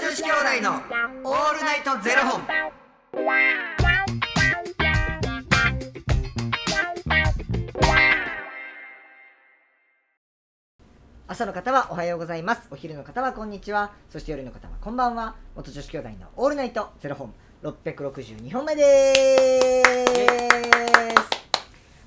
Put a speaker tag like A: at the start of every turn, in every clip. A: 子兄弟のオールナイトゼロ本。
B: 朝の方はおはようございますお昼の方はこんにちはそして夜の方はこんばんは元女子兄弟のオールナイトゼロ本662本目です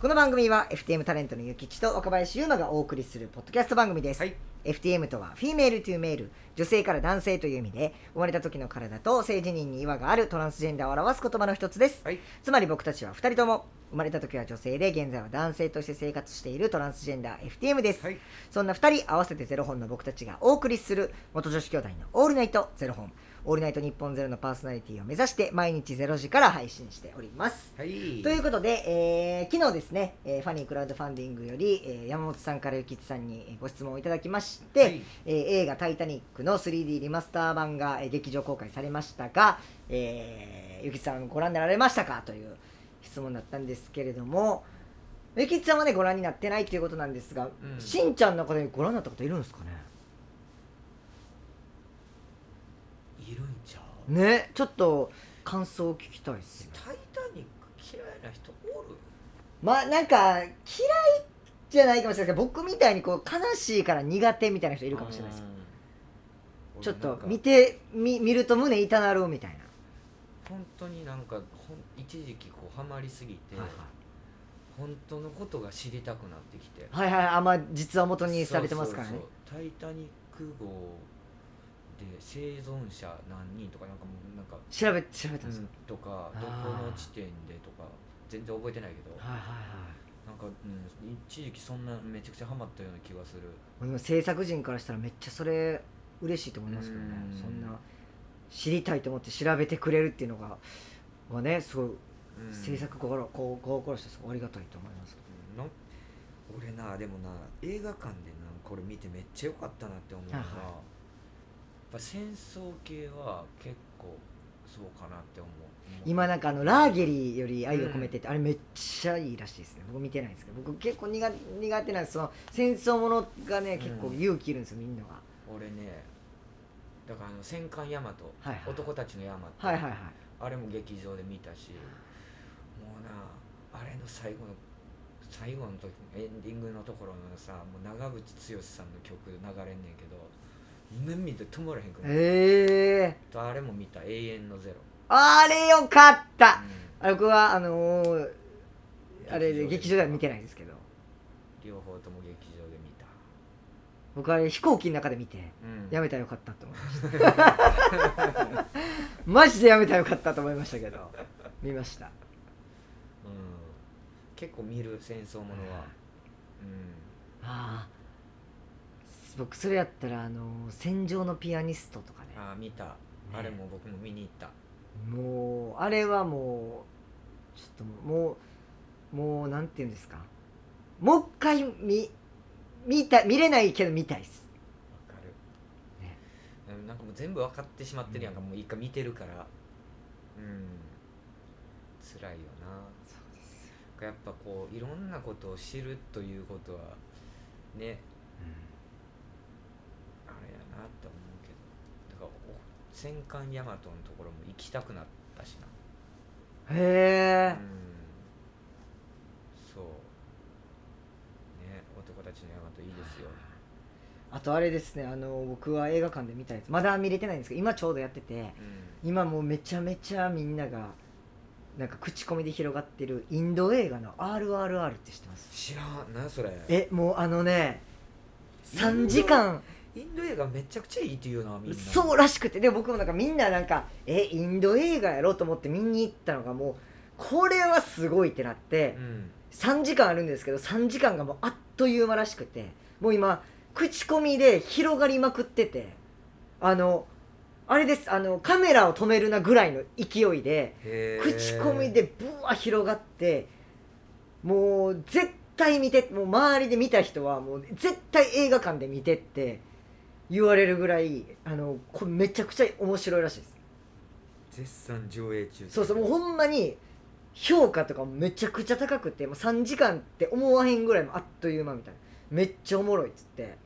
B: この番組は FTM タレントのゆきちと若林優馬がお送りするポッドキャスト番組です、
A: はい。
B: FTM とはフィメールトゥーメール女性から男性という意味で生まれた時の体と性自認に違和があるトランスジェンダーを表す言葉の一つです、
A: はい。
B: つまり僕たちは2人とも生まれた時は女性で現在は男性として生活しているトランスジェンダー FTM です、
A: はい。
B: そんな2人合わせてゼロ本の僕たちがお送りする元女子兄弟の「オールナイトゼロ本」「オールナイト日本ゼロのパーソナリティを目指して毎日ゼロ時から配信しております。
A: はい。
B: ということで、えー昨日ですね、えーファニークラウドファンディングより、えー山本さんからゆきつさんにえーご質問をいただきまして、
A: はい
B: えー映画「タイタニック」の 3D リマスター版が、えー劇場公開されましたが、えー、ゆきつさんご覧になられましたかという質問だったんですけれどもゆきつさんはねご覧になってないということなんですが、
A: うん
B: しんちゃんの中でご覧になったこといるんですかね
A: いるんちゃう。
B: ねちょっと感想を聞きたいですね
A: タイタニック嫌いな人おる。
B: まあなんか嫌いじゃないかもしれないですけど僕みたいにこう悲しいから苦手みたいな人い
A: い
B: るかもしれないですよ。
A: 俺
B: ちょっ
A: なん
B: と
A: か
B: 見てみ見ると胸痛なるみたい
A: 本当になんかほん一時期こうハマりすぎて、
B: な、
A: 本当のことが知りたくなってきて。
B: はいはいはいあんま実は元にされてますからね
A: そうそうそうタイタニック号で生存者何人とかなんかもうなんか、
B: 調べ調べたんですよ、
A: とか
B: あー
A: どこの地点でとか全然覚えてないけど
B: はいはいはい
A: なんか、うん、一時期そんなめちゃくちゃハマったような気がする
B: もう今制作人からしたらめっちゃそれ嬉しいと思いますけどね
A: うん
B: そんな知りたいと思って調べてくれるっていうのがはねすごい
A: うん
B: 制作心こう心してすごいありがたいと思います
A: うんなん俺なでもな映画館でなこれ見てめっちゃ良かったなって思うのが、
B: あはい
A: やっぱ戦争系は結構そうかなって思う
B: 今なん
A: か
B: かあのラーゲリより愛を込めてって、あれめっちゃいいらしいですね僕見てないんですけど僕結構苦苦手なんですその戦争ものがね結構
A: うん
B: 勇気いるんですよみんなが、
A: 俺ねだからあの戦艦ヤマト
B: はいはい
A: 男たちのヤマト、
B: はいはいはい
A: あれも劇場で見たしもうなあれの最後の最後の時エンディングのところのさもう長渕剛さんの曲流れんねんけど目見て止まらへんくなる
B: ええ
A: とあれも見た「永遠のゼロ」
B: あれよかった
A: う
B: あ僕はあのー
A: ん
B: あれで劇場では見てないですけど
A: 両方とも劇場で見た
B: 僕あれ飛行機の中で見て
A: うん
B: やめたらよかったと思いました マジでやめたらよかったと思いましたけど見ました
A: うん、結構見る戦争ものはうん
B: ああ僕それやったらあの「戦場のピアニスト」とかね
A: ああ見たあれも僕も見に行った
B: もうあれはもうちょっともうもうもうなんていうんですかもう一回見見た見れないけど見たいっす
A: わかる、
B: ね
A: うんなんかもう全部分かってしまってるやんか、もう一回見てるからうん辛いよなやっぱこういろんなことを知るということはねあれやなって思うけどだからお戦艦大和のところも行きたくなったしな
B: へえ
A: うんそうね男たちの大和いいですよ
B: あとあれですねあの僕は映画館で見たやつまだ見れてないんですけど今ちょうどやってて
A: うん
B: 今もうめちゃめちゃみんながなんか口コミで広がってるインド映画の「RRR」って知ってます
A: 知らん何それ
B: えもうあのね3時間
A: インド映画めちゃくちゃいいっていうなみんな
B: そうらしくてで僕もなんかみんななんかえインド映画やろうと思って見に行ったのがもうこれはすごいってなって
A: うん
B: 3時間あるんですけど3時間がもうあっという間らしくてもう今口コミで広がりまくっててあのあれですあのカメラを止めるなぐらいの勢いで
A: へー
B: 口コミでブワー広がってもう絶対見てもう周りで見た人はもう絶対映画館で見てって言われるぐらいあのこれめちゃくちゃ面白いらしいです
A: 絶賛上映中
B: そうそうもうほんまに評価とかもめちゃくちゃ高くてもう3時間って思わへんぐらいもあっという間みたいなめっちゃおもろいっつって
A: なんか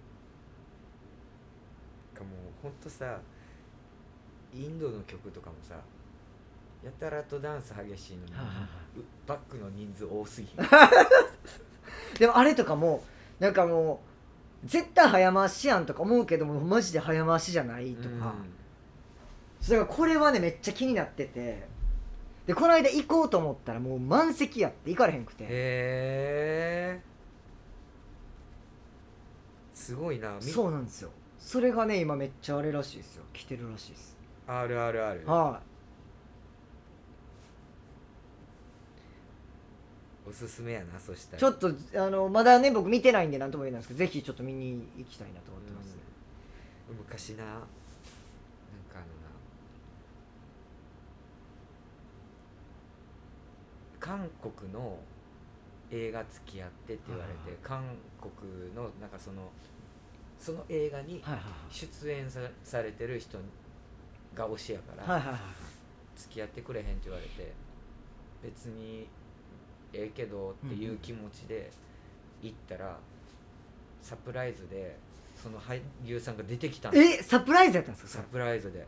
A: もうほんとさインドの曲とかもさやたらとダンス激しいのに、
B: はあはあ
A: うバックの人数多すぎ
B: でもあれとかもなんかもう絶対早回しやんとか思うけどもマジで早回しじゃないとか、そうだからこれはねめっちゃ気になっててでこの間行こうと思ったらもう満席やって行かれへんくて
A: へえすごいなみ
B: そうなんですよそれがね今めっちゃあれらしいですよ来てるらしいです、
A: RRR
B: は
A: おすすめやなそした
B: い
A: ら
B: ちょっとあのまだね僕見てないんで何とも言えないんですけどぜひちょっと見に行きたいなと思ってます、
A: うん昔ななんかあのな韓国の映画付き合ってって言われて、
B: はいはい
A: 韓国のなんかそのその映画に
B: はいは
A: 出演さされてる人が推しやから、
B: はいはいはい
A: 付き合ってくれへんって言われて別にええけどっていう気持ちで行ったら、サプライズでその俳優さんが出てきたん
B: えサプライズやったんです
A: サ
B: か
A: プライズで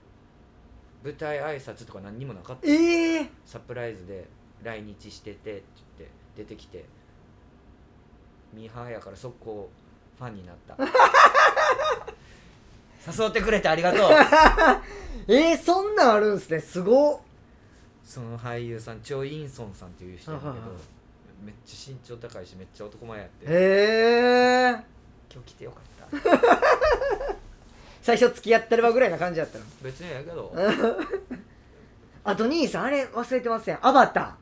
A: 舞台挨拶とか何にもなかった
B: それええ
A: サプライズで来日しててって言って出てきてミーハーやから速攻ファンになった 誘ってくれてありがとう
B: えー、そんなんあるんすねすごっ
A: その俳優さんチョ・インソンさんっていう人やねんだけど
B: はいはいは
A: めっちゃ身長高いしめっちゃ男前やって
B: へえー、
A: 今日来てよかった
B: 最初付き合ってればぐらいな感じだったの
A: 別にええけど
B: あと兄さんあれ忘れてませんアバタ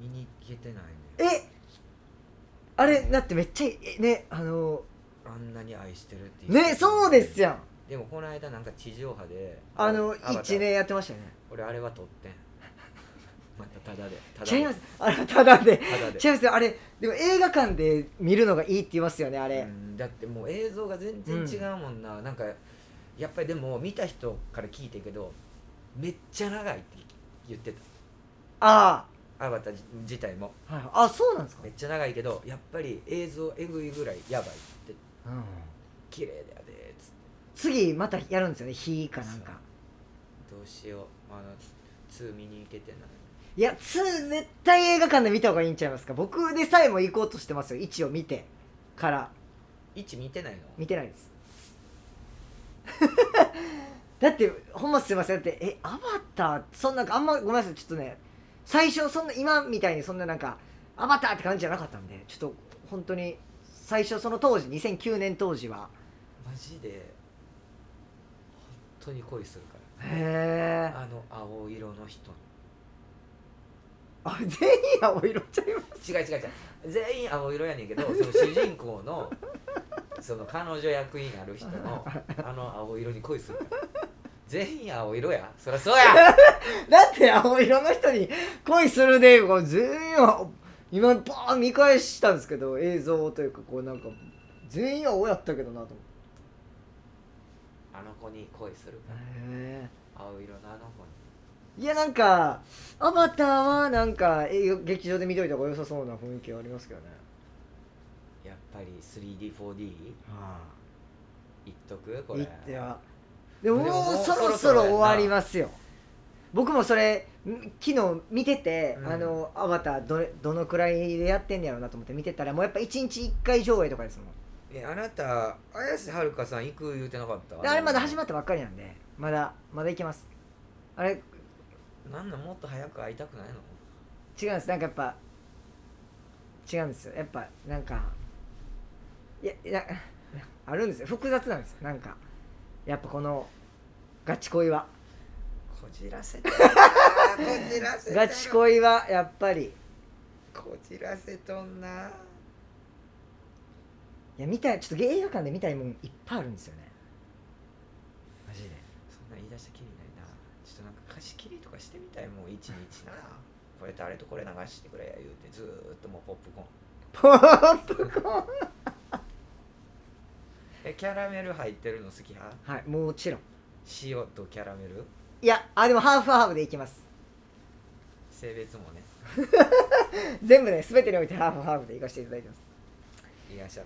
A: 見に行けてない
B: ー
A: ね
B: えあれだってめっちゃいえねあの
A: あんなに愛してるっていう
B: ねそうですやん
A: でもこの間なんか地上波で
B: あの
A: アバター
B: 1年やってましたよね
A: 俺あれは撮ってんまたただでただで
B: 違いますあれただで
A: ただで
B: 違いますよあれでも映画館で見るのがいいって言いますよねあれ、
A: うんだってもう映像が全然違うもんな、なんかやっぱりでも見た人から聞いてんけどめっちゃ長いって言って
B: あ
A: たアバター自体も
B: あ、はいはい、あそうなんですか
A: めっちゃ長いけどやっぱり映像えぐいぐらいやばいって
B: うん
A: 綺麗だよねっつっ
B: 次またやるんですよね日かなんか
A: てどうしようあの2見に行けてない
B: いや2絶対映画館で見た方がいいんちゃいますか僕でさえも行こうとしてますよ1を見てから
A: 1見てないの
B: 見てないです だってほんますいませんだってえアバターそんなあんまごめんなさいちょっとね最初そんな今みたいにそんななんかアバターって感じじゃなかったんでちょっと本当に最初その当時2009年当時は
A: マジで本当に恋するから
B: へえ
A: あの青色の人
B: あ全員青色ちゃいます
A: 違う違う違う全員青色やねんけどその主人公のその彼女役になる人のあの青色に恋するから全員青色やそりゃそうや
B: だって青色の人に恋するでこう全員は今バーン見返したんですけど映像というかこうなんか全員青やったけどなと思って
A: あの子に恋するから
B: へえ
A: 青色のあの子に
B: いやなんかアバターはなんかえ劇場で見といた方が良さそうな雰囲気はありますけどね
A: やっぱり 3D4D
B: あ
A: いっとくこ
B: い
A: れ
B: ってはでも
A: でも
B: もう
A: もう
B: そろそ
A: そろそろ
B: ろ
A: やん
B: 終
A: な
B: わりますよ僕もそれん昨日見てて、
A: うん
B: あのアバターどれどのくらいでやってんねやろうなと思って見てたらもうやっぱ1日1回上映とかですもん
A: えあなた綾瀬はるかさん行く言うてなかった
B: であれまだ始ま
A: っ
B: ったばっかりなんでまだまだいけますあれ
A: なんなんもっと早く会いたくないの
B: 違うんですなんかやっぱ違うんですよやっぱなんかいやいやあるんですよ複雑なんですよなんかやっぱこのガチ恋は
A: こじらせてこじらせて
B: ガチ恋はやっぱり
A: こじらせとんない
B: や見たいちょっと映画館で見たいもんいっぱいあるんですよねマジで
A: そんなん言い出したきりないなちょっとなんか貸し切りとかしてみたいもう一日なこれとあれとこれ流してくれや言うてずーっともうポップコーン
B: ポップコーン
A: えキャラメル入ってるの好き派
B: はいもちろん
A: 塩とキャラメル
B: いやあでもハーフハーフでいきます
A: 性別もね
B: 全部ね全てにおいてハーフハーフでいかせていただきます
A: いらっしゃい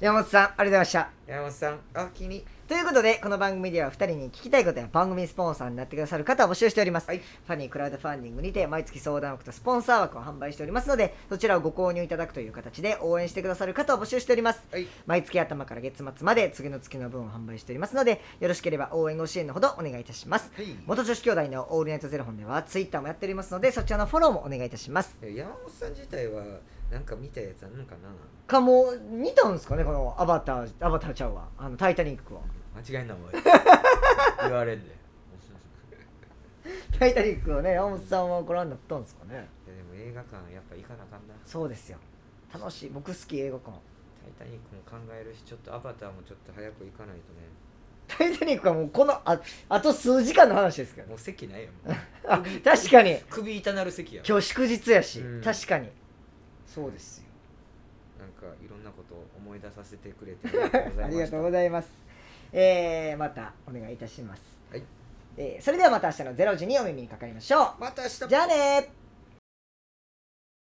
B: 山本さんありがとうございました
A: 山本さんおおきに
B: ということでこの番組では2人に聞きたいことや番組スポンサーになってくださる方を募集しております、ファニークラウドファンディングにて毎月相談枠とスポンサー枠を販売しておりますのでそちらをご購入いただくという形で応援してくださる方を募集しております
A: はい
B: 毎月頭から月末まで次の月の分を販売しておりますのでよろしければ応援ご支援のほどお願いいたします
A: はい
B: 元女子兄弟のオールナイトゼロ本ではツイッターもやっておりますのでそちらのフォローもお願いいたします
A: 山本さん自体はなんか見たやつあんのかな
B: かもう見たんですかねこのアバターアバターちゃうわあのタイタニックは
A: 間違 いないおい言われんで、
B: タイタニックをね山本さんはご覧になったんですかね
A: いやでも映画館やっぱ行かなあかんな「
B: そうですよ楽しい僕好き映画館
A: タイタニック」も考えるしちょっと「アバター」もちょっと早く行かないとね
B: タイタニックはもうこのああと数時間の話ですけど ね
A: もう席ないやん もう
B: あ確かに
A: 首痛なる席やん
B: 今日祝日やし、
A: うん
B: 確かにそうですよ
A: なんかいろんなことを思い出させてくれてありがとうございまし た
B: ありがとうございます。えー、またお願いいたします。
A: はい
B: えーそれではまた明日の0時にお耳にかかりましょ
A: また明日
B: う。じゃあねー